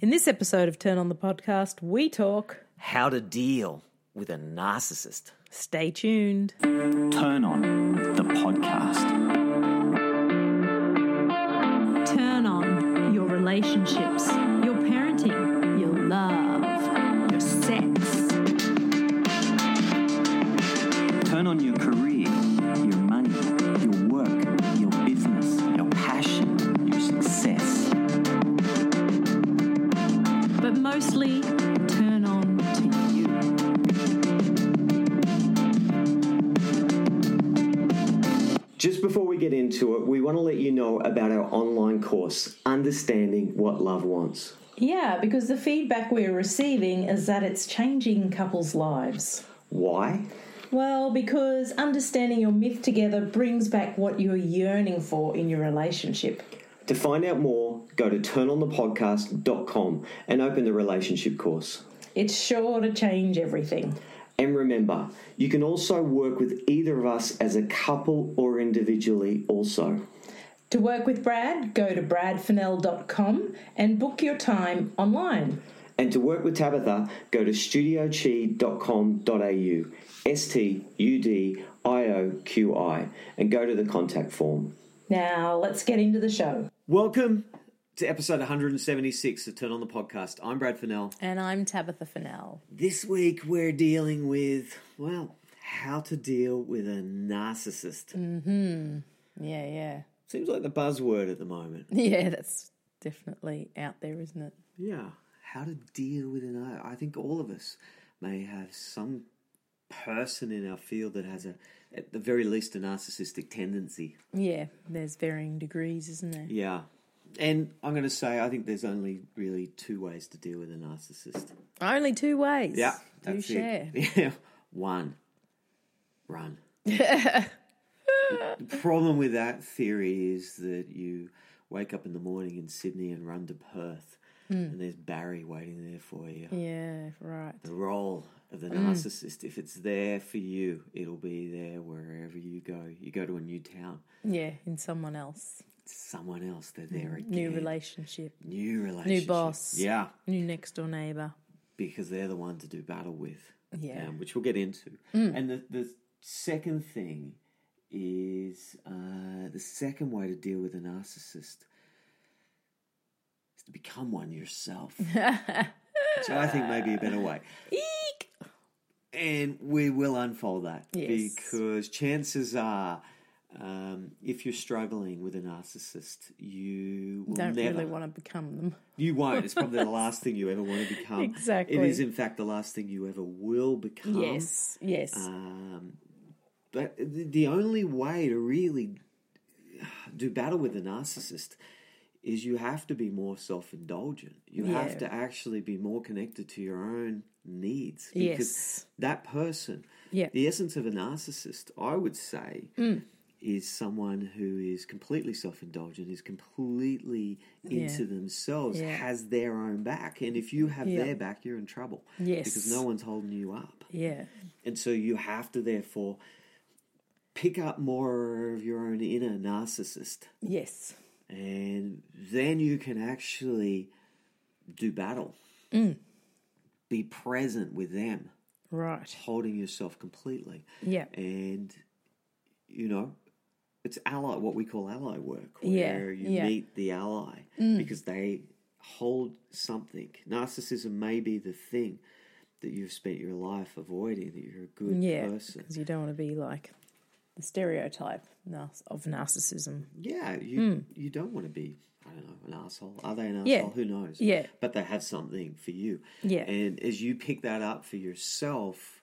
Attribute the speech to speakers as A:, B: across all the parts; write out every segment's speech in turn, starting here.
A: In this episode of Turn On the Podcast, we talk.
B: How to deal with a narcissist.
A: Stay tuned.
C: Turn on the podcast.
D: Turn on your relationships, your parenting, your love, your sex.
C: Turn on your career, your money, your work, your business, your passion, your success.
D: But mostly, turn on to you.
E: Just before we get into it, we want to let you know about our online course, Understanding What Love Wants.
A: Yeah, because the feedback we're receiving is that it's changing couples' lives.
E: Why?
A: Well, because understanding your myth together brings back what you're yearning for in your relationship.
E: To find out more, go to turnonthepodcast.com and open the relationship course.
A: It's sure to change everything.
E: And remember, you can also work with either of us as a couple or individually, also.
A: To work with Brad, go to bradfennell.com and book your time online.
E: And to work with Tabitha, go to studiochi.com.au, S T U D I O Q I, and go to the contact form.
A: Now, let's get into the show.
E: Welcome to episode 176 of Turn On the Podcast. I'm Brad Fennell.
A: And I'm Tabitha Fennell.
E: This week we're dealing with, well, how to deal with a narcissist.
A: Yeah, yeah.
E: Mm. Seems like the buzzword at the moment.
A: Yeah, that's definitely out there, isn't it?
E: Yeah. How to deal with an nar- I think all of us may have some person in our field that has a at the very least a narcissistic tendency.
A: Yeah, there's varying degrees, isn't there?
E: Yeah. And I'm going to say I think there's only really two ways to deal with a narcissist.
A: Only two ways.
E: Yeah.
A: Do
E: that's
A: share.
E: It. Yeah. One. Run. the problem with that theory is that you wake up in the morning in Sydney and run to Perth
A: Hmm.
E: and there's Barry waiting there for you.
A: Yeah, right.
E: The role of the
A: Mm.
E: narcissist, if it's there for you, it'll be there wherever you go. You go to a new town,
A: Yeah, in someone else.
E: it's someone else, they're there again.
A: Mm, New relationship,
E: New relationship.
A: boss.
E: Yeah.
A: new next door neighbour.
E: because they're the one to do battle with.
A: Yeah. Mm.
E: um, which we'll get into. And the, the second thing is uh, the second way to deal with a narcissist is to become one yourself. which I think may be a better way.
A: Eek!
E: And we will unfold that
A: Yes.
E: because chances are, um, if you're struggling with a narcissist, you will
A: Don't
E: never
A: really want to become them.
E: you won't. It's probably the last thing you ever want to become.
A: Exactly.
E: It is, in fact, the last thing you ever will become.
A: yes, yes.
E: Um, but the the only way to really do battle with a narcissist is you have to be more self indulgent. You have
A: Yeah.
E: to actually be more connected to your own needs. Because
A: Yes.
E: that person,
A: Yeah. Hmm.
E: the essence of a narcissist, I would say, is someone who is completely self indulgent, is completely into themselves,
A: Yeah.
E: has their own back. And if you have
A: Yeah.
E: their back, you're in trouble.
A: Yes.
E: Because no one's holding you up.
A: yeah,
E: And so you have to therefore pick up more of your own inner narcissist.
A: yes.
E: And then you can actually do battle.
A: Mm.
E: Be present with them,
A: Right.
E: holding yourself completely.
A: Yeah.
E: And you know, it's ally what we call ally work,
A: Yeah,
E: where you
A: yeah. Mm.
E: meet the ally because they hold something. Narcissism may be the thing that you've spent your life avoiding, that you're a good
A: Yeah,
E: person.
A: because you don't want to be like the stereotype nar- of narcissism.
E: Yeah, you you don't want to be I don't know an asshole. Are they an asshole?
A: Mm. Yeah.
E: Who knows?
A: Yeah.
E: but they have something for you.
A: Yeah.
E: and as you pick that up for yourself,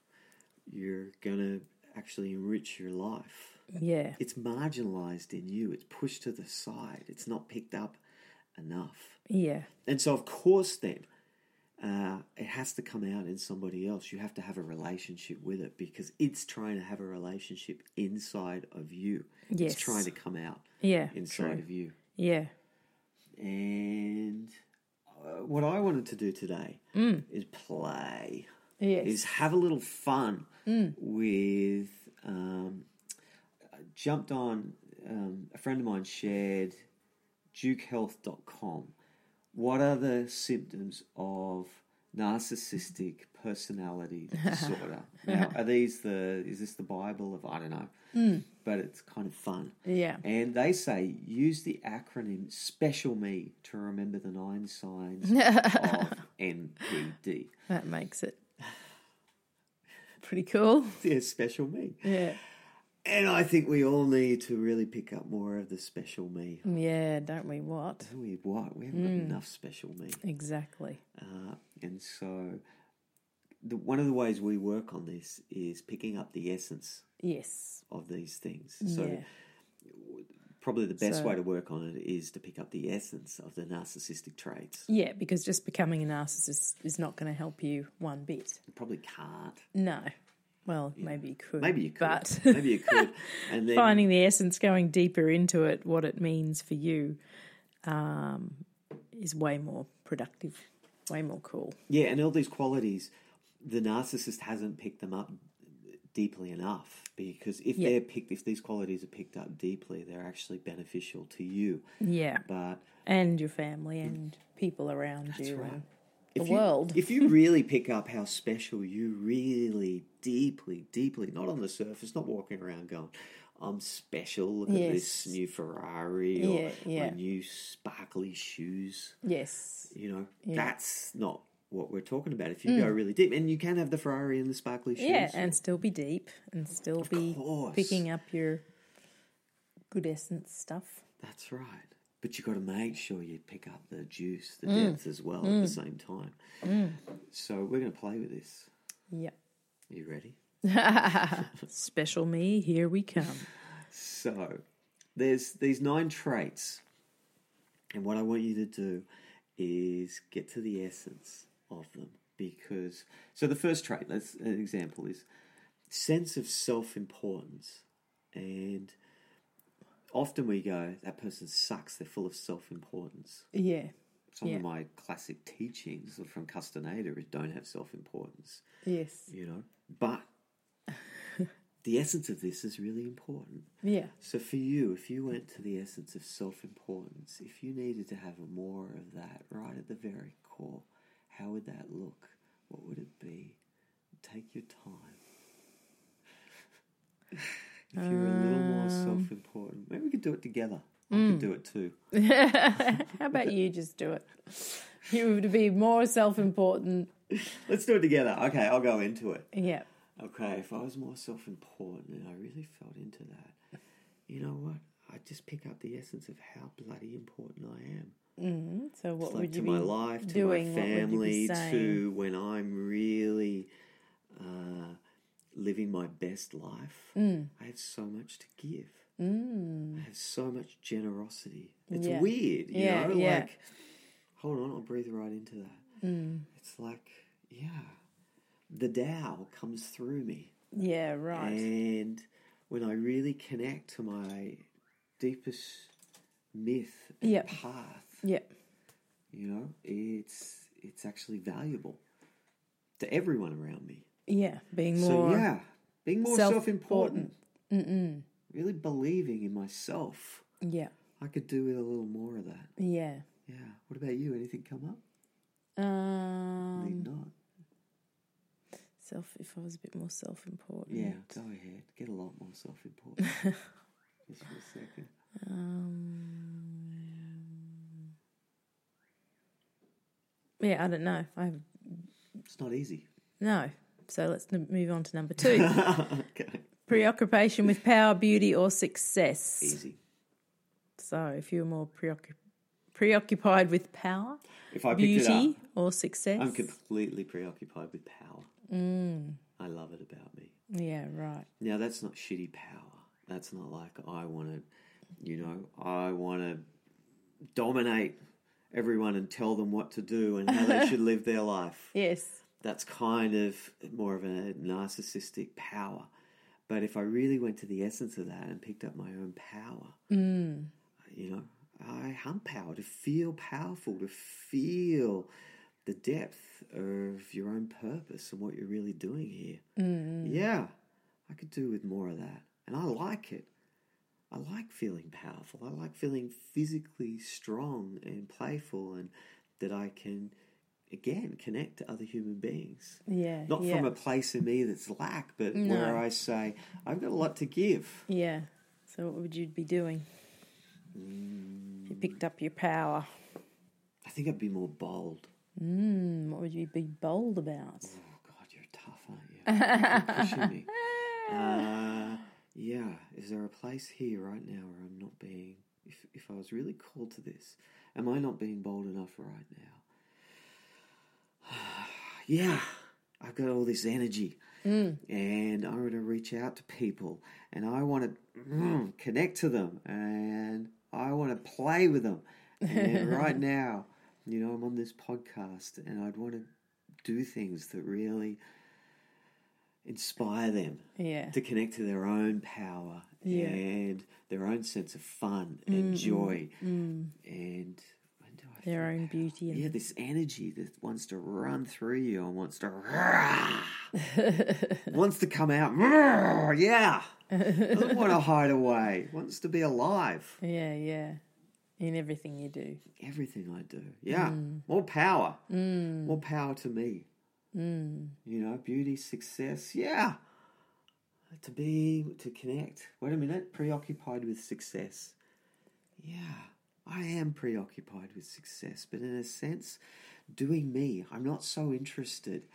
E: you're gonna actually enrich your life.
A: Yeah,
E: It's marginalized in you. It's pushed to the side. It's not picked up enough.
A: yeah,
E: And so, of course, then uh, it has to come out in somebody else. You have to have a relationship with it because it's trying to have a relationship inside of you.
A: Yes.
E: It's trying to come out
A: yeah,
E: inside of you.
A: yeah,
E: And uh, what I wanted to do today is play,
A: yes,
E: is have a little fun with. Um, I jumped on, um, a friend of mine shared dukehealth.com, What are the symptoms of narcissistic personality disorder? now, are these the is this the Bible of I don't know? But it's kind of fun.
F: Yeah.
E: And they say use the acronym Special Me to remember the nine signs of NPD.
F: That makes it pretty cool.
E: Yeah, Special Me.
F: Yeah.
E: And I think we all need to really pick up more of the Special Me.
F: Yeah, don't we? What?
E: We what? We haven't
F: Hmm.
E: got enough Special Me.
F: Exactly.
E: Uh, and so, the, one of the ways we work on this is picking up the essence
F: Yes.
E: of these things. So,
F: yeah.
E: probably the best
F: So-
E: way to work on it is to pick up the essence of the narcissistic traits.
F: Yeah, because just becoming a narcissist is not going to help you one bit.
E: You probably can't.
F: No. Well, maybe you could.
E: Maybe you could.
F: But
E: Maybe you could. And then
F: finding the essence, going deeper into it, what it means for you, um, is way more productive, way more cool.
E: Yeah, and all these qualities, the narcissist hasn't picked them up deeply enough because if
F: Yeah.
E: they're picked, if these qualities are picked up deeply, they're actually beneficial to you.
F: Yeah.
E: But
F: And your family and people around you. and-
E: if
F: The
E: you,
F: world.
E: if you really pick up how special you really deeply, deeply, not on the surface, not walking around going, I'm special. Look at this
F: Yes.
E: new Ferrari or
F: Yeah, yeah.
E: my new sparkly shoes.
F: e-, Yes.
E: You know, that's not what we're talking about. If you go really deep, and you can have the Ferrari and the sparkly shoes.
F: Mm. Yeah, and still be deep and still be
E: course.
F: picking up your good essence stuff.
E: That's right. But you got to make sure you pick up the juice, the
F: Mm.
E: depth as well at the same time. So we're going to play with this.
F: Yep.
E: Are you ready?
F: Special me, here we come.
E: So there's these nine traits. And what I want you to do is get to the essence of them because so the first trait, let's an example is sense of self-importance. And often we go that person sucks, they're full of self-importance.
F: Yeah.
E: Some
F: Yeah.
E: of my classic teachings from Castaneda is don't have self importance,
F: Yes.
E: you know. But the essence of this is really important.
F: Yeah.
E: So for you, if you went to the essence of self importance, if you needed to have more of that right at the very core, how would that look? What would it be? Take your time. if you're a little more self important, maybe we could do it together. I could do it too.
F: How about you just do it? You would be more self important.
E: Let's do it together. Okay, I'll go into it.
F: Yeah.
E: Okay, if I was more self important and I really felt into that, you know what? I'd just pick up the essence of how bloody important I am.
F: So what
E: It's
F: would
E: like
F: you
E: to
F: be
E: my life, to
F: doing?
E: my
F: what would you be
E: family,
F: saying?
E: to when I'm really uh, living my best life.
F: Mm.
E: I have so much to give. I have so much generosity. It's
F: Yeah.
E: weird, you
F: Yeah,
E: know?
F: yeah.
E: Like, hold on, I'll breathe right into that.
F: Mm.
E: It's like, yeah, the Tao comes through me.
F: Yeah, right.
E: And when I really connect to my deepest myth and
F: Yep.
E: path,
F: Yeah.
E: you know, it's it's actually valuable to everyone around me.
F: Yeah. Being more
E: So yeah, being more
F: self-
E: self-important, really believing in myself.
F: Yeah.
E: I could do with a little more of that.
F: Yeah.
E: Yeah. What about you? Anything come up?
F: Um
E: Need not.
F: self if I was a bit more self important.
E: Yeah. Go ahead. Get a lot more self-important. Just for a second.
F: Um, yeah, I don't know. I have
E: It's not easy.
F: no. So let's n- move on to number two:
E: okay.
F: preoccupation with power, beauty, or success.
E: Easy.
F: So if you're more preoccup- preoccupied with power,
E: If I picked it up,
F: beauty, or success,
E: I'm completely preoccupied with power.
F: Mm.
E: I love it about me.
F: yeah, right.
E: Now that's not shitty power. That's not like I want to, you know, I want to dominate everyone and tell them what to do and how they should live their life.
F: Yes,
E: That's kind of more of a narcissistic power. But if I really went to the essence of that and picked up my own power, you know, I am power to feel powerful, to feel the depth of your own purpose and what you're really doing here. Yeah, I could do with more of that. And I like it. I like feeling powerful. I like feeling physically strong and playful and that I can again connect to other human beings.
F: Yeah,
E: Not
F: yeah.
E: from a place in me that's lack, but where I say, I've got a lot to give.
F: Yeah. So what would you be doing? If you picked up your power.
E: I think I'd be more bold.
F: And what would you be bold about?
E: Oh God, you're tough, aren't you? You're pushing me. Uh, yeah. Is there a place here right now where I'm not being? If if I was really called to this, am I not being bold enough right now? yeah. I've got all this energy, and I want to reach out to people, and I want to mm, connect to them, and I want to play with them. And right now, you know, I'm on this podcast, and I'd want to do things that really inspire them
F: Yeah.
E: to connect to their own power
F: Yeah.
E: and their own sense of fun and joy and when do I
F: Their
E: feel
F: own
E: power?
F: beauty and-
E: yeah this energy that wants to run through you and wants to rah, wants to come out rah, yeah doesn't want to hide away wants to be alive
F: Yeah, yeah. In everything you do.
E: everything I do. Yeah, more power, more power to me. Mm. You know, beauty, success. Yeah, to be to connect. Wait a minute, preoccupied with success. Yeah, I am preoccupied with success, but in a sense, doing me. I'm not so interested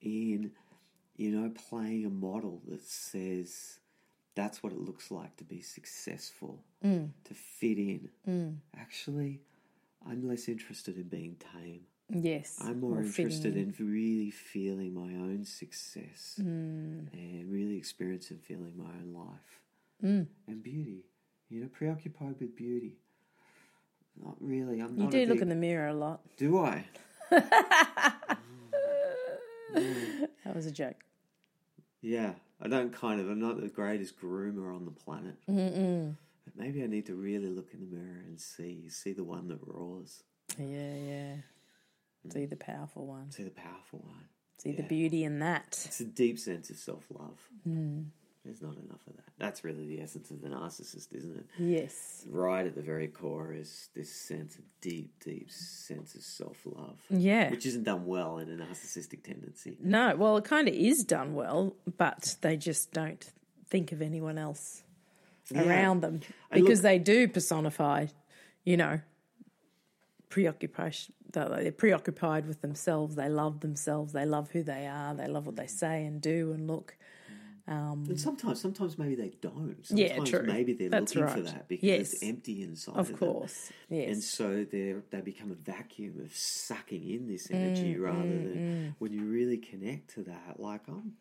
E: in you know playing a model that says. That's what it looks like to be successful, to fit in. Actually, I'm less interested in being tame.
F: Yes.
E: I'm more
F: or fitting
E: interested in really feeling my own success
F: Hmm.
E: and really experiencing feeling my own life
F: Hmm.
E: and beauty. You know, preoccupied with beauty. Not really. I'm
F: You
E: not.
F: do
E: a
F: look
E: big-
F: in the mirror a lot.
E: Do I? Mm.
F: That was a joke.
E: Yeah, I don't kind of. I'm not the greatest groomer on the planet. But maybe I need to really look in the mirror and see see the one that roars,
F: Yeah, yeah. See the powerful one.
E: see the powerful one.
F: See the
E: Yeah.
F: beauty in that.
E: It's a deep sense of self love.
F: Hmm.
E: There's not enough of that. That's really the essence of the narcissist, isn't it?
F: Yes.
E: Right at the very core is this sense of deep, deep sense of self love.
F: Yeah. Mm.
E: Which isn't done well in a narcissistic tendency.
F: No, well, it kind of is done well, but they just don't think of anyone else around them
E: And
F: because
E: look-
F: they do personify, you know, preoccupation. that They're preoccupied with themselves. They love themselves. They love who they are. They love what they say and do and look.
E: And sometimes, sometimes maybe they don't. Sometimes
F: Yeah, true.
E: maybe they're
F: That's
E: looking for
F: right.
E: that because it's
F: Yes.
E: empty inside
F: Of
E: them.
F: course, yes.
E: And so they they become a vacuum of sucking in this
F: Mm,
E: energy rather than when you really connect to that, like I'm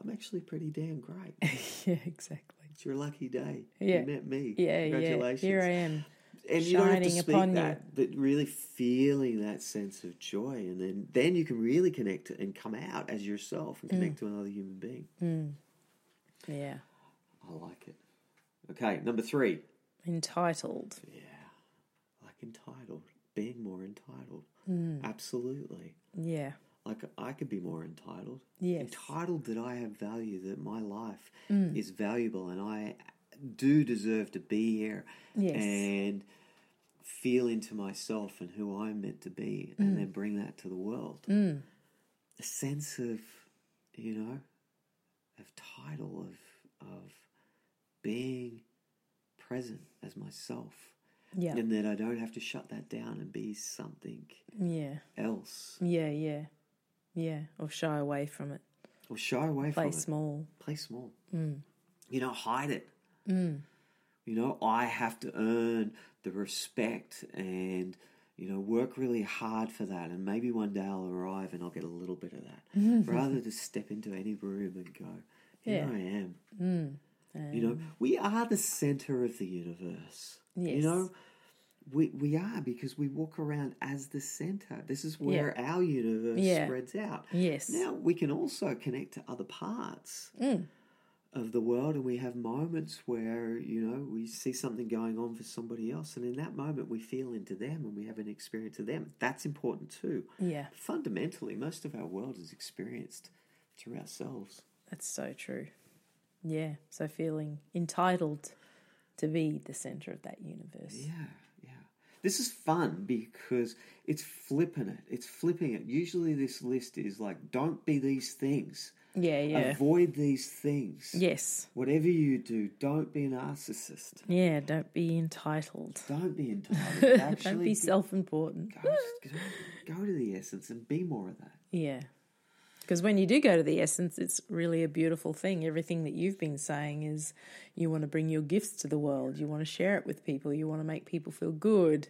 E: I'm actually pretty damn great.
F: yeah, exactly.
E: It's your lucky day.
F: Yeah.
E: You met me.
F: Yeah, yeah.
E: Congratulations.
F: Here I am.
E: And you don't have to
F: shining
E: speak
F: upon you.
E: that, but really feeling that sense of joy. And then, then you can really connect to- and come out as yourself
F: Mm.
E: and connect to another human being.
F: Yeah,
E: I like it. Okay, number three.
F: entitled.
E: Like entitled. Being more entitled.
F: Mm.
E: Absolutely.
F: Yeah,
E: Like I could be more entitled.
F: Yes. Mm.
E: Entitled that I have value, that my life is valuable and I do deserve to be here.
F: Yes.
E: And feel into myself and who I'm meant to be
F: Mm.
E: and then bring that to the world. A sense of, you know, of title, of of being present as myself.
F: yeah,
E: And that I don't have to shut that down and be something
F: yeah,
E: else.
F: yeah, yeah, yeah. Or shy away from it.
E: Or shy away from
F: Play
E: it.
F: small.
E: play small.
F: Mm.
E: You know, hide it. You know, I have to earn the respect and, you know, work really hard for that. And maybe one day I'll arrive and I'll get a little bit of that. Rather than step into any room and go, here
F: Yeah. Mm.
E: I am. you know, we are the center of the universe. You
F: Yes.
E: know, we, we are because we walk around as the center. This is where our universe
F: Yeah.
E: spreads out.
F: Yes. Mm.
E: Now we can also connect to other parts of the world, and we have moments where, you know, we see something going on for somebody else, and in that moment we feel into them and we have an experience of them. That's important too.
F: Yeah.
E: Fundamentally, most of our world is experienced through ourselves.
F: That's so true. Yeah. So feeling entitled to be the center of that universe.
E: Yeah, yeah. This is fun because it's flipping it. It's flipping it. Usually, this list is like, don't be these things.
F: Yeah, yeah.
E: Avoid these things.
F: Yes.
E: Whatever you do, don't be a narcissist.
F: Yeah, don't be entitled.
E: Don't be entitled. Actually,
F: Don't be self important.
E: Go, go to the essence and be more of that.
F: Yeah. Because when you do go to the essence, it's really a beautiful thing. Everything that you've been saying is you want to bring your gifts to the world, you want to share it with people, you want to make people feel good,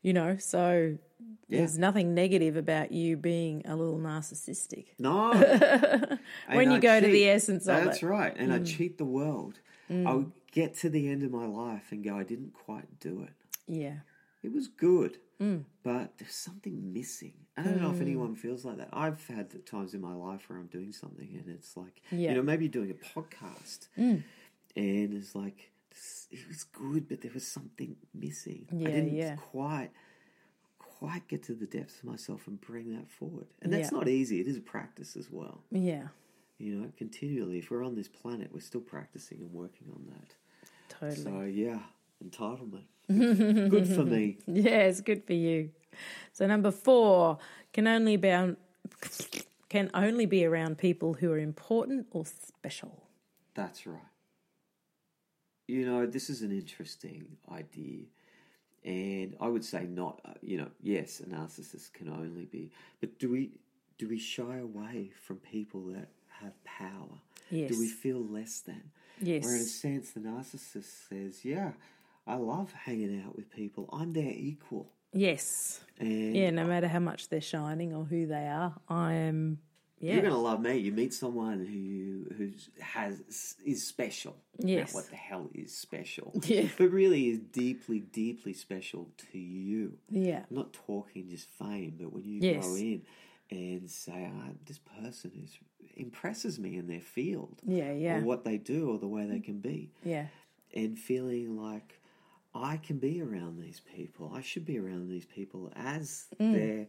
F: you know. So there's nothing negative about you being a little narcissistic.
E: No.
F: When you go to the essence of it.
E: that's
F: Mm.
E: That's right. And I cheat the world. I'll get to the end of my life and go, I didn't quite do it.
F: Yeah.
E: It was good,
F: Mm.
E: but there's something missing. I don't know if anyone feels like that. I've had the times in my life where I'm doing something and it's like,
F: Yeah. Mm.
E: you know, maybe doing a podcast and it's like, this- it was good, but there was something missing.
F: Yeah,
E: I didn't
F: yeah.
E: quite quite get to the depths of myself and bring that forward. And that's
F: Yeah.
E: not easy. It is a practice as well.
F: Yeah.
E: You know, continually, if we're on this planet, we're still practicing and working on that.
F: Totally.
E: So, yeah, entitlement. Good- Good for me.
F: Yeah, it's good for you. So number four can only be can only be around people who are important or special.
E: That's right. You know, this is an interesting idea. And I would say not, uh, you know, yes, a narcissist can only be, but do we do we shy away from people that have power? Do we
F: Yes.
E: feel less than?
F: Yes.
E: Where in a sense the narcissist says, "Yeah, I love hanging out with people. I'm their equal."
F: Yes.
E: And
F: Yeah, no matter how much they're shining or who they are, I am yeah.
E: You're gonna love me. You meet someone who you who's has is special. Now,
F: Yes.
E: what the hell is special?
F: Yeah.
E: But really is deeply, deeply special to you.
F: yeah.
E: I'm not talking just fame, but when you
F: Yes.
E: go in and say, ah, this person is impresses me in their field.
F: Yeah, yeah.
E: Or what they do or the way they can be.
F: Yeah.
E: And feeling like I can be around these people. I should be around these people as
F: Mm.
E: their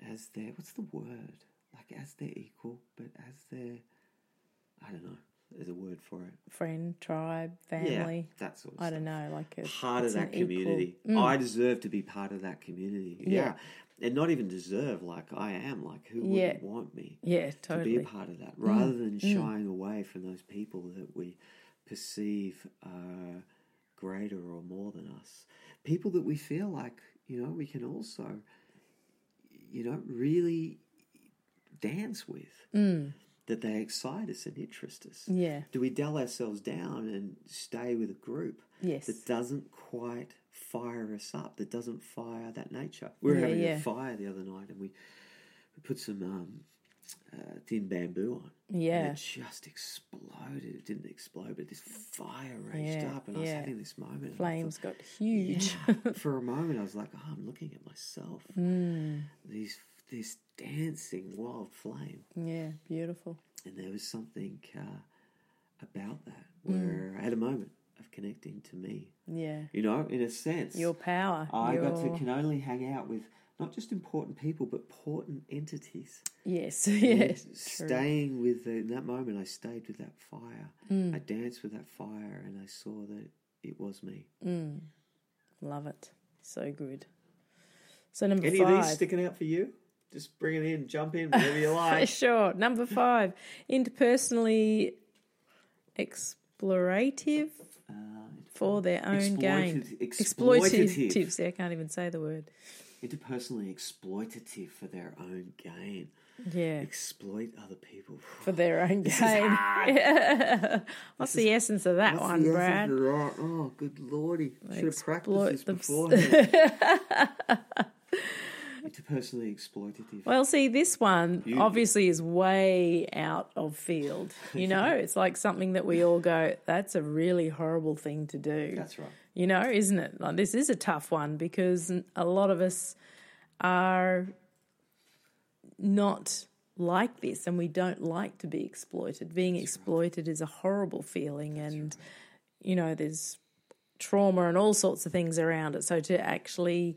E: as their what's the word like as their equal, but as their I don't know. There's a word for it.
F: Friend, tribe, family.
E: Yeah, that sort of
F: I
E: stuff.
F: don't know, like a
E: Part
F: it's
E: of that
F: an equal- Mm.
E: community. I deserve to be part of that community.
F: Yeah.
E: Yeah. And not even deserve, like I am. Like who
F: Yeah.
E: wouldn't want me
F: Yeah,
E: to be
F: totally. Mm.
E: a part of that? Rather than shying away from those people that we perceive are greater or more than us. People that we feel like, you know, we can also, you know, really dance with. That they excite us and interest us.
F: Mm. Yeah.
E: Do we dull ourselves down and stay with a group
F: Yes.
E: that doesn't quite fire us up, that doesn't fire that nature? We were
F: Yeah,
E: having
F: yeah.
E: a fire the other night and we, we put some um, uh, thin bamboo on.
F: Yeah.
E: And it just exploded. It didn't explode, but this fire raged
F: Yeah,
E: up and I was
F: yeah.
E: having this moment. and I
F: Flames
E: thought-
F: got huge.
E: Yeah. For a moment, I was like, oh, I'm looking at myself.
F: Mm.
E: These, this dancing wild flame
F: yeah, beautiful.
E: and there was something uh, about that
F: Mm.
E: where I had a moment of connecting to me.
F: Yeah.
E: You know, in a sense,
F: Your power.
E: I
F: your...
E: got to can only hang out with not just important people but important entities.
F: Yes, yes.
E: And staying with the, in that moment, I stayed with that fire.
F: Mm.
E: I danced with that fire, and I saw that it was me.
F: Love it. So good. So number
E: Any
F: five.
E: of these sticking out for you? Just bring it in, jump in, whatever you
F: For
E: like.
F: sure. Number five. Interpersonally explorative for their own gain.
E: Exploitative- exploitative.
F: Uh, Exploitative. See, I can't even say the word.
E: Interpersonally exploitative for their own gain.
F: Yeah.
E: exploit other people.
F: For their own gain. What's the essence of that one,
E: Yes,
F: Brad?
E: you're right. Oh, good lordy. Should have
F: exploit
E: practiced this
F: them-
E: beforehand. Interpersonally exploitative.
F: Well, see, this one obviously is way out of field. You know, it's like something that we all go, that's a really horrible thing to do.
E: That's right.
F: you know, isn't it? Like, this is a tough one because a lot of us are not like this and we don't like to be exploited. Being exploited is a horrible feeling, and you know, there's trauma and all sorts of things around it. So, to actually,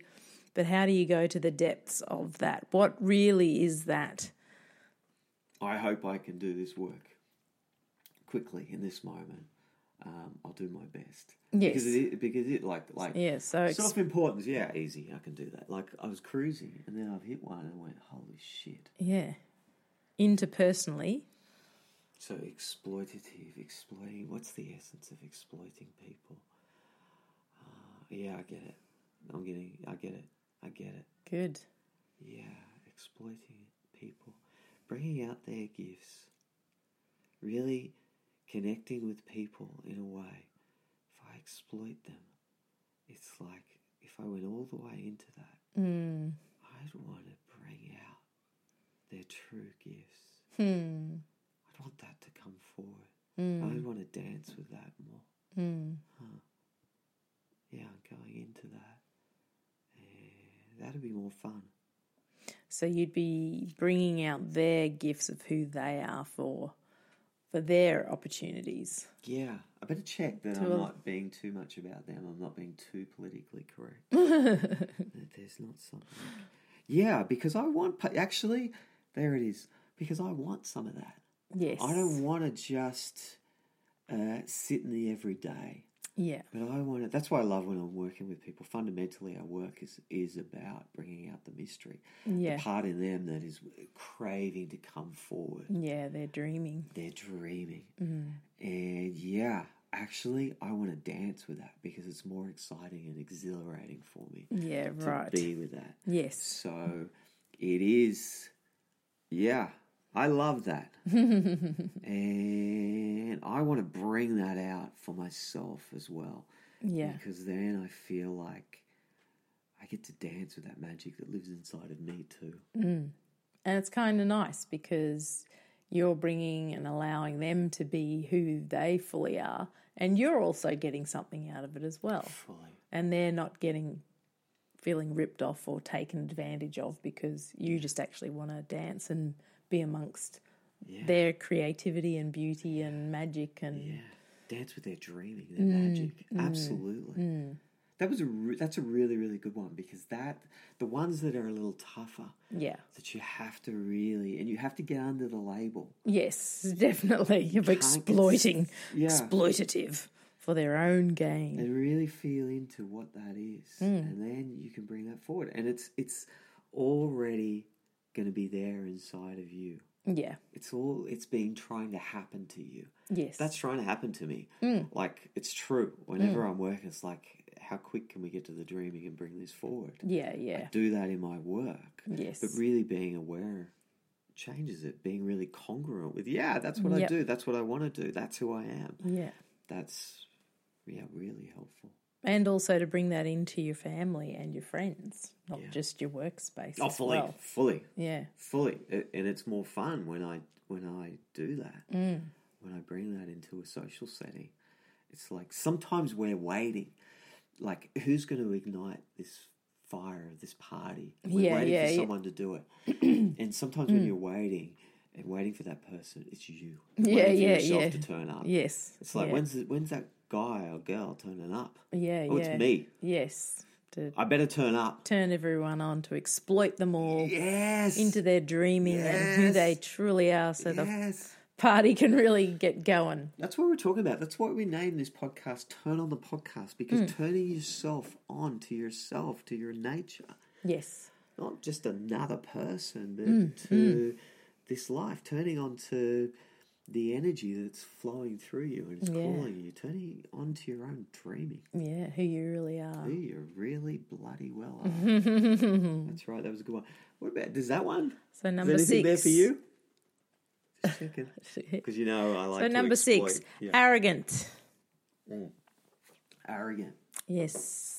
F: but how do you go to the depths of that? What really is that?
E: I hope I can do this work quickly in this moment. um, I'll do my best.
F: Yes.
E: Because it, because it like like
F: Yeah, so ex-
E: self importance. Yeah, easy. I can do that. Like I was cruising and then I've hit one and I went, holy shit.
F: Yeah. Interpersonally,
E: So exploitative, exploiting. What's the essence of exploiting people? Uh, yeah, I get it. I'm getting. I get it. I get it.
F: good.
E: Yeah, exploiting people, bringing out their gifts, really connecting with people in a way. If I exploit them, it's like if I went all the way into that, I'd want to bring out their true gifts. I'd want that to come forward. I'd want to dance with that more. Huh. Yeah, I'm going into that. Yeah, that'd be more fun.
F: So you'd be bringing out their gifts of who they are for for their opportunities.
E: Yeah, I better check that
F: a-
E: I'm not being too much about them. I'm not being too politically correct. that there's not something. Yeah, because I want. pa- Actually, there it is. Because I want some of that.
F: Yes.
E: I don't want to just uh, sit in the everyday.
F: Yeah.
E: But I want to. That's why I love when I'm working with people. Fundamentally, our work is is about bringing out the mystery,
F: Yeah.
E: the part in them that is craving to come forward.
F: Yeah, they're dreaming.
E: They're dreaming.
F: Mm.
E: And yeah, actually, I want to dance with that because it's more exciting and exhilarating for me
F: Yeah,
E: to
F: right.
E: be with that.
F: Yes.
E: So it is, yeah, I love that. and I want to bring that out for myself as well.
F: Yeah.
E: Because then I feel like I get to dance with that magic that lives inside of me too.
F: Mm. And it's kind of nice because you're bringing and allowing them to be who they fully are. And you're also getting something out of it as well.
E: Fully.
F: And they're not getting feeling ripped off or taken advantage of because you just actually want to dance and be amongst their creativity and beauty and magic. And
E: Yeah, dance with their dreaming, their magic. Absolutely. That was a re- that's a really really good one because that the ones that are a little tougher
F: yeah.
E: that you have to really and you have to get under the label.
F: Yes, definitely. Of exploiting,
E: yeah.
F: exploitative for their own gain.
E: and really feel into what that is and then you can bring that forward and it's it's already going to be there inside of you
F: Yeah.
E: it's all it's been trying to happen to you
F: Yes.
E: that's trying to happen to me
F: Mm.
E: like it's true whenever i'm working it's like how quick can we get to the dreaming and bring this forward
F: yeah, yeah.
E: do that in my work
F: Yes.
E: but really being aware changes it being really congruent with yeah that's what i
F: Yep.
E: do that's what i want to do that's who i am
F: Yeah.
E: that's yeah really helpful
F: And also to bring that into your family and your friends, not just your workspace.
E: oh
F: as
E: fully
F: well.
E: fully
F: Yeah.
E: fully It- and it's more fun when i when i do that
F: Mm.
E: when i bring that into a social setting it's like sometimes we're waiting like who's going to ignite this fire of this party And we're
F: Yeah,
E: waiting
F: yeah,
E: for
F: yeah. Mm.
E: someone to do it and sometimes when you're waiting and waiting for that person it's you
F: Yeah,
E: waiting for
F: yeah,
E: yourself
F: yeah.
E: to turn up
F: Yes.
E: it's like
F: yeah.
E: when's the, when's that guy or girl turning up
F: Yeah,
E: oh
F: yeah.
E: it's me
F: Yes. To
E: i better turn up
F: turn everyone on, to exploit them all
E: yes
F: into their dreaming and who
E: Yes.
F: they truly are so the
E: yes
F: party can really get going.
E: That's what we're talking about. That's what we named this podcast Turn on the Podcast
F: Hmm.
E: because turning yourself on to yourself, to your nature,
F: Yes.
E: not just another person, but
F: Hmm,
E: to this life, turning on to the energy that's flowing through you and it's
F: Yeah.
E: calling you, turning on to your own dreaming.
F: Yeah, who you really are.
E: Who you really bloody well are. that's right, that was a good one. What about, does that one?
F: So
E: is
F: number
E: anything
F: six.
E: there for you? Just checking. Because you know I like
F: So
E: to
F: number six,
E: exploit- yeah.
F: arrogant.
E: arrogant.
F: Yes.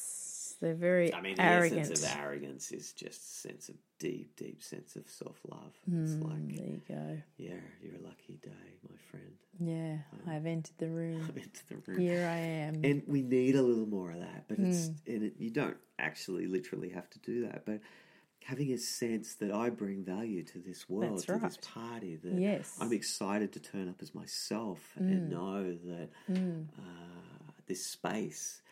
F: They're very
E: I mean, the
F: arrogant.
E: essence of arrogance is just a sense of deep, deep sense of self love. It's like,
F: there you go.
E: yeah, you're a lucky day, my friend.
F: Yeah,
E: Hmm.
F: I've entered the room.
E: Into the room.
F: Here I am.
E: And we need a little more of that, but it's
F: Hmm.
E: and it, you don't actually literally have to do that, but having a sense that I bring value to this world,
F: That's
E: to this
F: right.
E: party, that
F: Yes. Hmm.
E: I'm excited to turn up as myself and know that uh, this space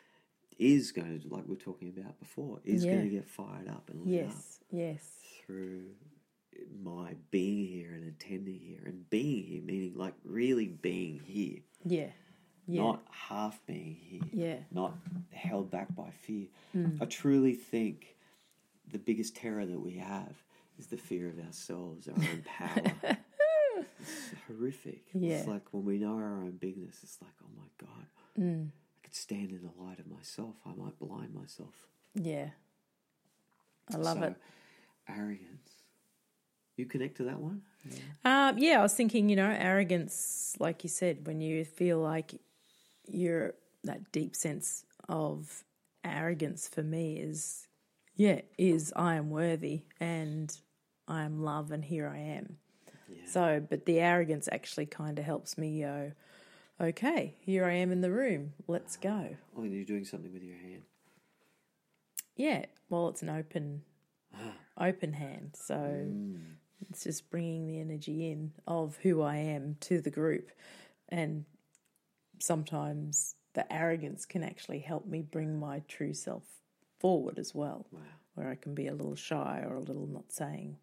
E: is going to, like we were talking about before, is
F: Yeah.
E: going to get fired up and lit up.
F: Yes, yes,
E: through my being here and attending here and being here, meaning like really being here.
F: yeah,
E: not half being here,
F: Yeah. Mm.
E: not held back by fear. I truly think the biggest terror that we have is the fear of ourselves, our own power. it's horrific.
F: Yeah.
E: It's like when we know our own bigness, it's like, oh my God,
F: Mm.
E: I could stand in the light of myself. I might blind myself.
F: Yeah. I love
E: So,
F: it.
E: Arrogance. You connect to that one?
F: Um, yeah, I was thinking, you know, arrogance, like you said, when you feel like you're that deep sense of arrogance for me is, yeah, is I am worthy and I am love and here I am. So, but the arrogance actually kind of helps me go, okay, here I am in the room, let's go.
E: Oh, you're doing something with your hand.
F: Yeah, well, it's an open, open hand. So it's just bringing the energy in of who I am to the group, and sometimes the arrogance can actually help me bring my true self forward as well. Wow. Where I can be a little shy or a little not saying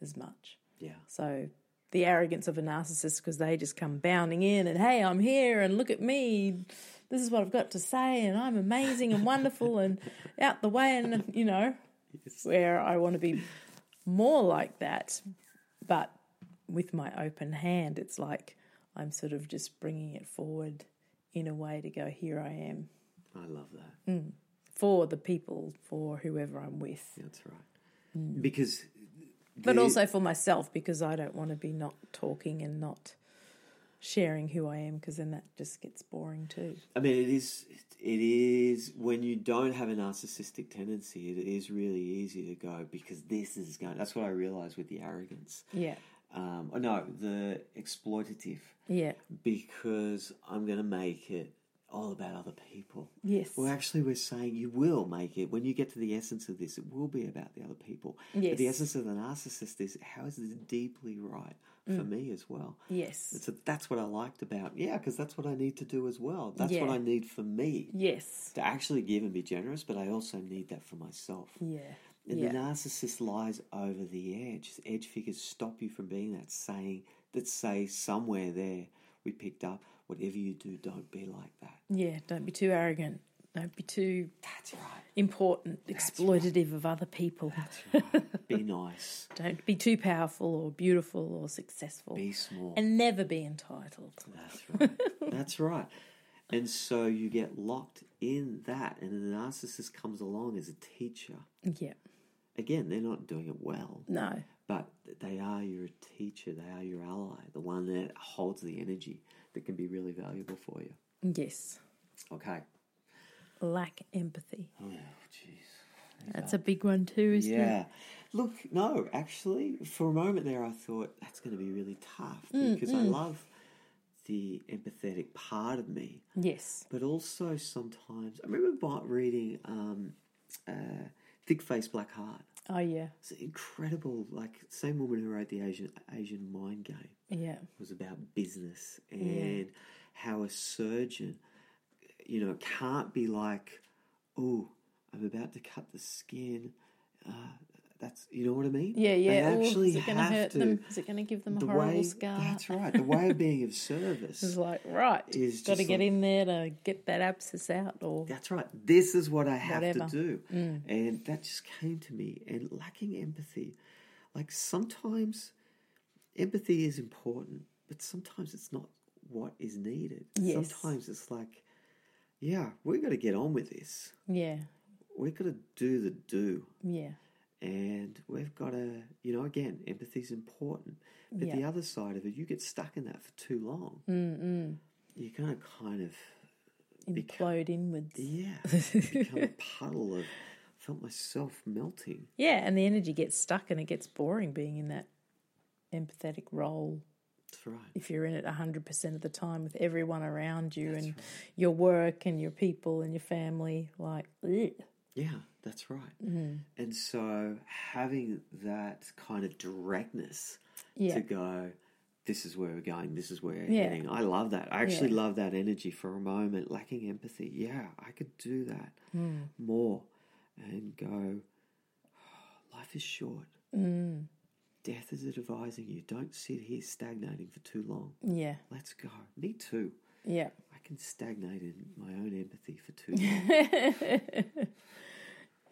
F: as much.
E: Yeah.
F: So the arrogance of a narcissist because they just come bounding in and hey, I'm here and look at me. This is what I've got to say and I'm amazing and wonderful and out the way and you know where I want to be more like that. But with my open hand, it's like I'm sort of just bringing it forward in a way to go here I am
E: I love that.
F: Mm. for the people, for whoever I'm with,
E: That's right. Because
F: Mm. but
E: the-
F: also for myself because I don't want to be not talking and not sharing who I am because then that just gets boring too.
E: I mean, it is. It is when you don't have a narcissistic tendency. It is really easy to go because this is going. That's what I realized with the arrogance.
F: Yeah.
E: Um, oh no, the exploitative.
F: Yeah.
E: Because I'm going to make it all about other people.
F: Yes.
E: Well, actually, we're saying you will make it when you get to the essence of this. It will be about the other people. But the
F: Yes.
E: essence of the narcissist is how is this deeply right
F: Mm.
E: for me as well.
F: Yes.
E: So that's what I liked about yeah, because that's what I need to do as well. That's what
F: Yeah.
E: I need for me
F: Yes.
E: to actually give and be generous, but I also need that for myself.
F: Yeah.
E: And
F: Mm, yeah.
E: the narcissist lies over the edge. Edge figures stop you from being that saying that say somewhere there we picked up whatever you do, don't be like that.
F: yeah. Don't be too arrogant. Don't be too
E: That's right.
F: important, exploitative of other people.
E: Be nice.
F: Don't be too powerful or beautiful or successful.
E: Be small.
F: and never be entitled.
E: That's right. That's right. And so you get locked in that, and the narcissist comes along as a teacher.
F: Yeah.
E: Again, they're not doing it well.
F: No.
E: But they are your teacher, they are your ally, the one that holds the energy that can be really valuable for you.
F: Yes.
E: Okay.
F: Lack empathy.
E: Oh, jeez.
F: That's a big one too, isn't it?
E: Yeah. Look, no, actually, for a moment there, I thought that's going to be really tough because I love the empathetic part of me,
F: Yes.
E: but also sometimes I remember bu- reading um, uh, Thick Face Black Heart.
F: Oh yeah.
E: It's an incredible, like, same woman who wrote the Asian, Asian Mind Game.
F: Yeah.
E: was about business and how a surgeon, you know, can't be like, oh, I'm about to cut the skin. Uh, that's you know what I mean.
F: Yeah, yeah.
E: They
F: Oh,
E: actually
F: is it going to
E: have
F: hurt
E: to.
F: them? Is it going to give them a
E: the
F: horrible
E: way
F: scar?
E: that's right. The way of being of service.
F: It's like right,
E: Is
F: got to
E: just
F: get
E: like-
F: in there to get that abscess out, or
E: That's right. This is what I have
F: Whatever. Mm.
E: to do. And that just came to me. And lacking empathy, like sometimes empathy is important, but sometimes it's not what is needed.
F: Yes.
E: Sometimes it's like, yeah, we've got to get on with this.
F: yeah,
E: We've got to do the do.
F: yeah,
E: And we've got to, you know, again, empathy's important. But the
F: Yeah.
E: other side of it, you get stuck in that for too long. You're going to kind of
F: implode inwards.
E: yeah, become a puddle of felt myself melting.
F: Yeah, and the energy gets stuck, and it gets boring being in that empathetic role.
E: That's right.
F: If you're in it hundred percent of the time with everyone around you and your work and your people and your family, like ugh.
E: Yeah, that's right.
F: Mm-hmm.
E: And so having that kind of directness
F: yeah,
E: to go, this is where we're going, this is where we're
F: Yeah.
E: heading. I love that. I actually love that energy for a moment. Lacking empathy. Yeah, I could do that
F: Mm.
E: more and go, "Oh, life is short.
F: Mm.
E: Death is advising you. Don't sit here stagnating for too long.
F: yeah,
E: Let's go. Me too.
F: yeah,
E: I can been stagnated in my own empathy for too long.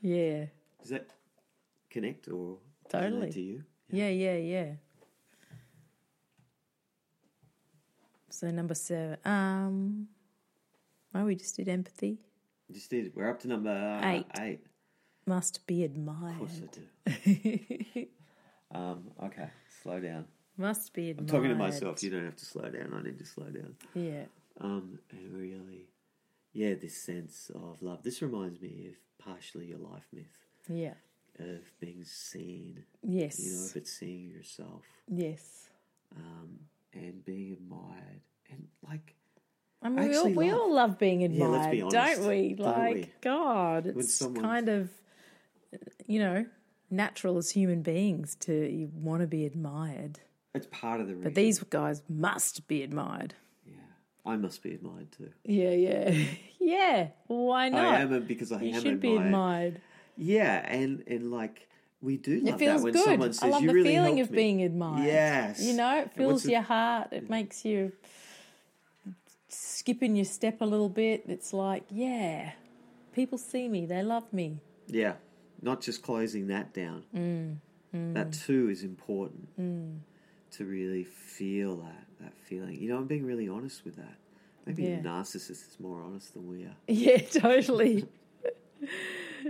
F: Yeah.
E: Does that connect or relate
F: Totally.
E: to you?
F: Yeah, yeah, yeah. So number seven. Um well, we just did empathy.
E: Just did. We're up to number
F: Eight.
E: eight.
F: Must be
E: Of course
F: admired.
E: I do. um, okay, slow down.
F: Must be admired.
E: I'm talking to myself. You don't have to slow down. I need to slow down.
F: Yeah.
E: Um, and really, yeah, this sense of love. This reminds me of partially your life myth
F: Yeah.
E: of being seen,
F: Yes.
E: you know, but seeing yourself
F: Yes.
E: um, and being admired and like
F: I mean, we
E: I
F: all,
E: actually
F: we
E: love-
F: all love being
E: Yeah, let's
F: admired,
E: be honest,
F: don't we?
E: don't
F: Like,
E: we?
F: God, it's
E: someone-
F: kind of, you know, natural as human beings to you want to be admired.
E: it's part of the. Reason.
F: But these guys must be admired.
E: yeah, I must be admired too.
F: Yeah, yeah, yeah. Why not?
E: I am a- because I
F: you
E: am
F: should be admired.
E: Yeah, and and like we do love
F: It feels
E: that when
F: good.
E: someone says
F: I love
E: you
F: the
E: really
F: feeling
E: helped
F: of
E: me."
F: being admired.
E: Yes,
F: you know, it
E: And
F: fills
E: what's the-
F: your heart. It makes you skip in your step a little bit. It's like, yeah, people see me. They love me.
E: Yeah, not just closing that down.
F: Mm,
E: That too is important to really feel that that feeling. You know, I'm being really honest with that. Maybe
F: Yeah.
E: a narcissist is more honest than we are.
F: Yeah, totally.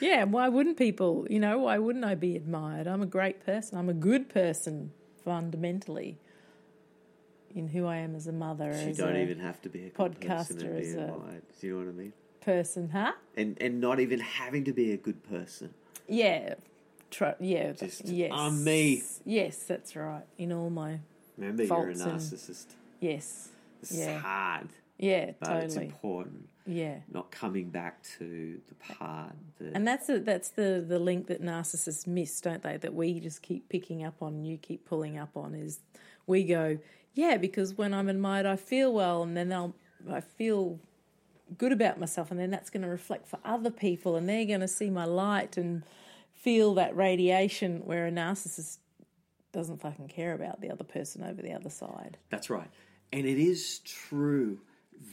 F: yeah, and why wouldn't people, you know, why wouldn't I be admired? I'm a great person. I'm a good person fundamentally in who I am as a mother,
E: You
F: as
E: don't
F: a
E: even have to be a good person
F: podcaster,
E: and be
F: as a-
E: admired. Do you know what I mean?
F: person, huh?
E: And and not even having to be a good person.
F: Yeah. Tr- yeah.
E: Just,
F: yes.
E: "I'm me."
F: Yes, that's right. In all my
E: Remember,
F: Faults
E: you're a
F: and-
E: narcissist.
F: yes.
E: This
F: Yeah.
E: is hard,
F: Yeah,
E: but it's
F: totally.
E: important.
F: Yeah.
E: Not coming back to the part that
F: And that's the, that's the the link that narcissists miss, don't they? That we just keep picking up on, and you keep pulling up on is we go, yeah, because when I'm admired, I feel well, and then I'll I feel good about myself, and then that's going to reflect for other people, and they're going to see my light and feel that radiation. Where a narcissist doesn't fucking care about the other person over the other side.
E: That's right. And it is true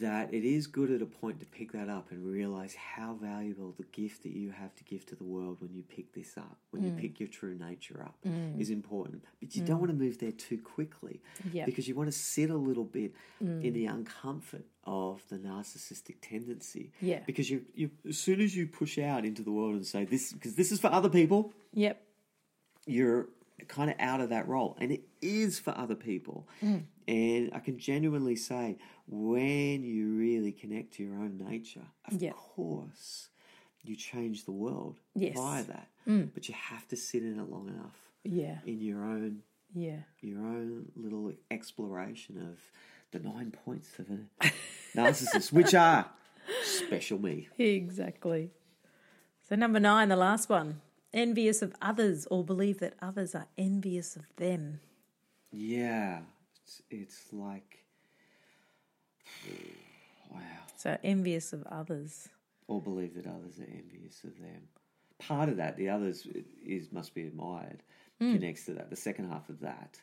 E: that it is good at a point to pick that up and realize how valuable the gift that you have to give to the world when you pick this up, when
F: Mm.
E: you pick your true nature up, is important. But you don't want to move there too quickly
F: Yeah.
E: because you want to sit a little bit
F: Mm.
E: in the uncomfort of the narcissistic tendency.
F: Yeah.
E: Because you, you, as soon as you push out into the world and say this, because this is for other people,
F: Yep.
E: you're kind of out of that role and it is for other people
F: Mm.
E: and i can genuinely say when you really connect to your own nature of
F: Yeah.
E: course you change the world
F: Yes. Mm.
E: by that but you have to sit in it long enough
F: Yeah.
E: in your own
F: Yeah.
E: your own little exploration of the nine points of a narcissist which are special me
F: Exactly. So, number nine, the last one envious of others or believe that others are envious of them.
E: yeah it's, it's like wow
F: So, envious of others.
E: or believe that others are envious of them. Part of that, the others is must be admired,
F: Hmm.
E: connects to that. The second half of that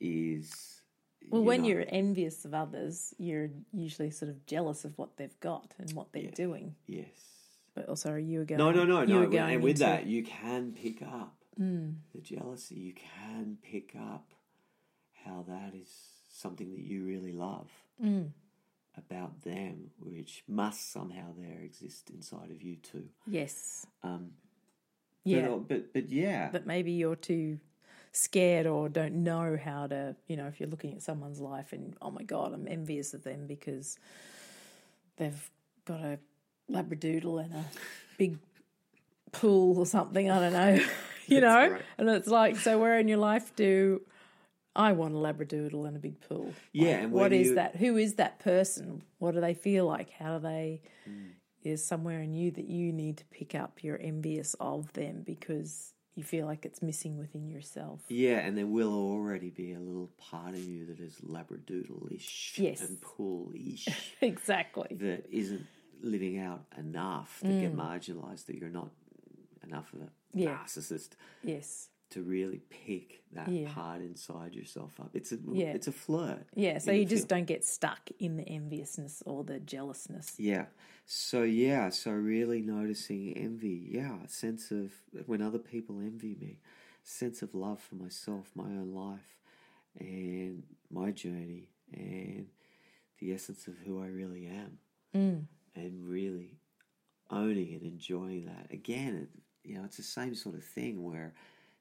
E: is
F: Well, when
E: know,
F: you're envious of others, you're usually sort of jealous of what they've got and what they're doing.
E: yes,
F: But also, you were going.
E: no, no, no,
F: you
E: no,
F: were
E: and
F: going
E: with
F: into- Hmm.
E: that you can pick up the jealousy. You can pick up how that is something that you really love.
F: Hmm.
E: About them, which must somehow there exist inside of you too.
F: Yes.
E: Um,
F: Yeah.
E: but, uh, but but yeah,
F: but maybe you're too scared or don't know how to you know if you're looking at someone's life and oh my god i'm envious of them because they've got a labradoodle and a big pool or something i don't know you know and it's like so where in your life do i want a labradoodle and a big pool
E: yeah, and
F: what
E: whether
F: is
E: you-
F: that who is that person what do they feel like how do they is somewhere in you that you need to pick up you're envious of them because you feel like it's missing within yourself
E: Yeah, and there will already be a little part of you that is labradoodle ish
F: Yes.
E: and pool ish
F: exactly
E: that isn't living out enough, that get marginalized, that you're not enough of a
F: Mm. Yeah.
E: narcissist.
F: yes
E: to really pick that
F: Yeah.
E: part inside yourself up. It's a
F: Yeah.
E: it's a flirt.
F: Yeah, so
E: in
F: you
E: the
F: just
E: film.
F: don't get stuck in the enviousness or the jealousness.
E: Yeah. So yeah, so really noticing envy. Yeah, a sense of when other people envy me, sense of love for myself, my own life, and my journey, and the essence of who I really am, mm. and really owning and enjoying that. Again, it, you know, it's the same sort of thing where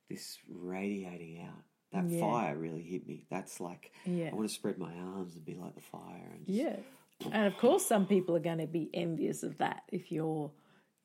E: this radiating out. That
F: Yeah.
E: fire really hit me. That's like
F: Yeah.
E: I want to spread my arms and be like the fire and just
F: Yeah. And of course, some people are going to be envious of that if you're,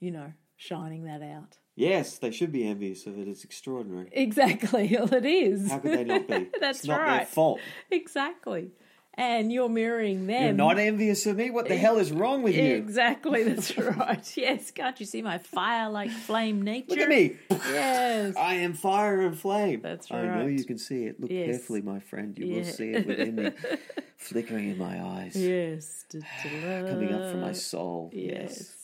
F: you know, shining that out.
E: Yes, they should be envious of it. It's extraordinary.
F: Exactly. Well, it is.
E: How could they not be?
F: That's
E: it's not their
F: right.
E: fault.
F: Exactly. And you're mirroring them.
E: You're not envious of me? What the hell is wrong with you?
F: Exactly. That's right. Yes. Can't you see my fire like flame nature?
E: Look at me. Ah.
F: Yes.
E: I am fire and flame.
F: That's
E: I know
F: right.
E: you can see it. Look
F: Yes.
E: carefully, my friend. You will
F: Yeah.
E: see it within me, flickering in my eyes,
F: Yes. Da-da-da.
E: coming up from my soul.
F: Yes.
E: yes.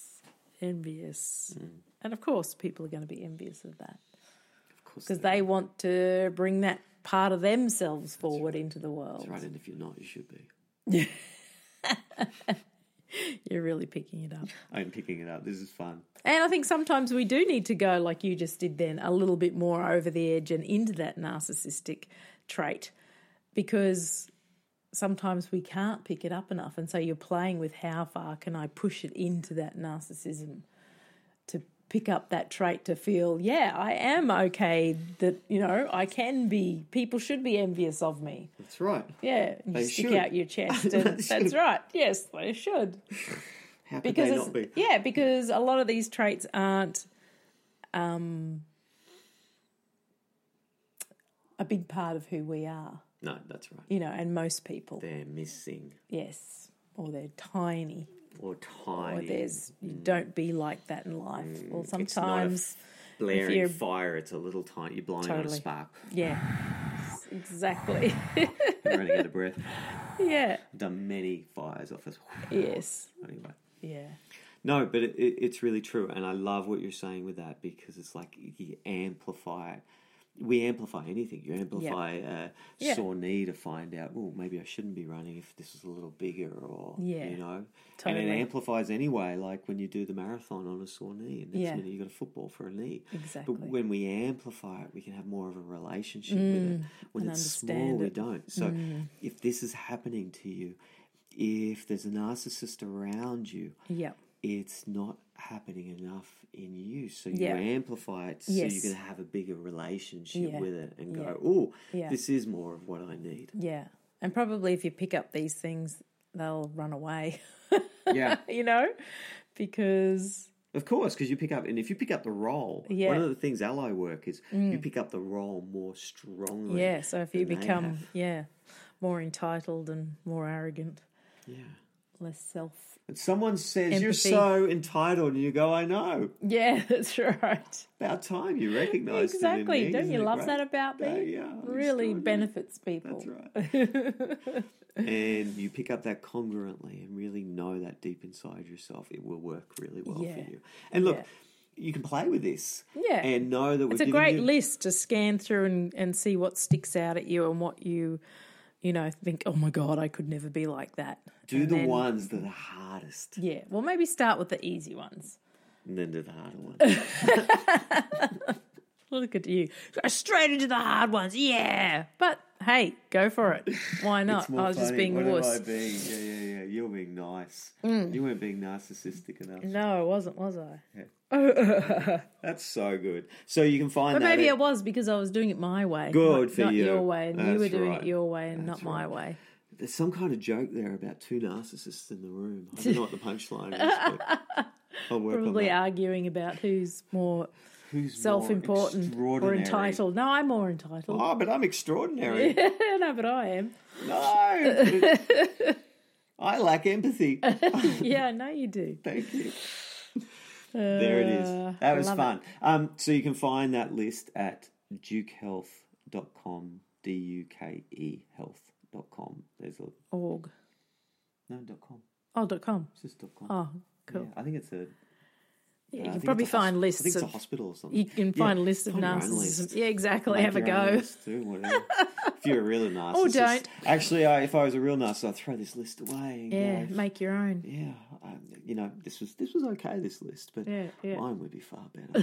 F: Envious.
E: Mm.
F: And of course, people are going to be envious of that
E: Of course.
F: because
E: they
F: they want to bring that part of themselves forward into the world.
E: That's right. And if you're not, you should be.
F: You're really picking it up.
E: I'm picking it up. This is fun.
F: And I think sometimes we do need to go, like you just did then, a little bit more over the edge and into that narcissistic trait because sometimes we can't pick it up enough. And so you're playing with how far can I push it into that narcissism to pick up that trait to feel, yeah, I am okay, that, you know, I can be, people should be envious of me.
E: That's right.
F: Yeah. And you
E: They
F: stick
E: should.
F: out your chest. And that's right. Yes, they should
E: How could
F: because
E: they
F: it's-
E: not be?
F: yeah, because a lot of these traits aren't um, a big part of who we are,
E: No, that's right.
F: you know, and most people,
E: They're missing
F: yes, or they're tiny,
E: or
F: or
E: tiny.
F: there's you don't be like that in life, or
E: It's not a
F: sometimes,
E: blaring
F: you're-
E: fire. It's a little tiny. You're blowing on a
F: Totally.
E: spark.
F: yeah, exactly,
E: I'm running out of breath.
F: yeah,
E: I've done many fires off this.
F: yes,
E: Anyway,
F: yeah,
E: no, but it, it, it's really true, and I love what you're saying with that because it's like you amplify. We amplify anything. You amplify a
F: Yeah.
E: sore knee to find out. Oh, maybe I shouldn't be running if this was a little bigger, or
F: Yeah.
E: you know. And it
F: Totally.
E: amplifies anyway. Like when you do the marathon on a sore knee, and next
F: Yeah.
E: minute you got a football for a knee.
F: Exactly.
E: But when we amplify it, we can have more of a relationship with
F: Mm.
E: it. When
F: and
E: it's small,
F: understand
E: we
F: it. Mm.
E: don't. So if this is happening to you, if there's a narcissist around you,
F: yeah,
E: it's not happening enough in you. So you
F: Yeah.
E: amplify it so you
F: Yes.
E: can have a bigger relationship
F: Yeah.
E: with it and
F: Yeah.
E: go, oh,
F: Yeah.
E: this is more of what I need.
F: yeah, and probably if you pick up these things, they'll run away,
E: Yeah.
F: you know, because.
E: Of course, because you pick up, and if you pick up the role,
F: Yeah. Mm.
E: one of the things ally work is you pick up the role more strongly.
F: Yeah, so if you
E: than they
F: become
E: have.
F: yeah, more entitled and more arrogant,
E: yeah.
F: less self.
E: And someone says, You're
F: Empathy.
E: so entitled, and you go, I know.
F: Yeah, that's right.
E: About time you recognize
F: exactly. Don't you love that about me?
E: Yeah, yeah, it's
F: really
E: extraordinary.
F: benefits people.
E: That's right. and you pick up that congruently and really know that deep inside yourself, it will work really well
F: Yeah.
E: for you. And look,
F: Yeah.
E: you can play with this.
F: Yeah.
E: And know that we're
F: It's a
E: giving
F: great
E: you-
F: list to scan through and, and see what sticks out at you and what you, you know, think, oh my God, I could never be like that.
E: Do
F: And
E: the
F: then-
E: ones that are hardest
F: Yeah. Well, maybe start with the easy ones.
E: and then do the harder ones.
F: Look at you. Go straight into the hard ones. Yeah. But hey, go for it. Why not?
E: It's more
F: I was just
E: funny.
F: being
E: what
F: a wuss.
E: Am I being? Yeah, yeah, yeah. You were being nice. You weren't being narcissistic enough.
F: No, I wasn't, was I?
E: That's so good. So you can find
F: But
E: that.
F: maybe
E: at-
F: it was because I was doing it my way.
E: Good
F: not,
E: for
F: not
E: you.
F: your way, and you were
E: That's
F: doing
E: right.
F: it your way and
E: That's
F: not my
E: right.
F: way.
E: There's some kind of joke there about two narcissists in the room. I don't know what the punchline is. But I'll work
F: Probably
E: on that.
F: arguing about who's more
E: Who's more
F: self-important or
E: extraordinary?
F: entitled. No, I'm more entitled.
E: Oh, but I'm extraordinary.
F: no, but I am.
E: No, I lack empathy.
F: Yeah, I know you do.
E: Thank you. there it is. That was
F: Uh, love
E: fun. Um, so you can find that list at dukehealth.com, D U K E health.com. There's a
F: Org.
E: no dot com.
F: Oh, dot com.
E: It's just dot com.
F: Oh,
E: Yeah,
F: cool.
E: I think it's a
F: Yeah,
E: I
F: you
E: think
F: can
E: it's
F: probably
E: a hosp-
F: find lists
E: I think it's
F: of-
E: a hospital or something.
F: You can find
E: Yeah,
F: lists of
E: find your own
F: narcissism.
E: list.
F: Yeah, exactly.
E: Make
F: Have a
E: your own
F: go.
E: list too, whatever. if you're a real narcissist,
F: don't.
E: Actually, I, if I was a real narcissist, I'd throw this list away. you
F: Yeah,
E: know.
F: make your own.
E: yeah. Um, you know, this was this was okay. This list, but
F: Yeah, yeah.
E: mine would be far better.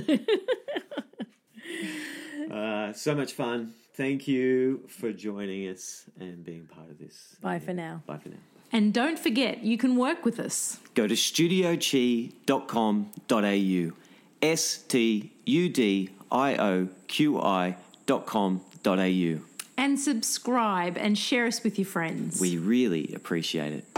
E: uh, so much fun! Thank you for joining us and being part of this.
F: Bye for now.
E: Bye for now.
A: And don't forget, you can work with us.
G: Go to studiochi.com.au. S T U D I O Q I dot com dot au.
A: And subscribe and share us with your friends.
G: We really appreciate it.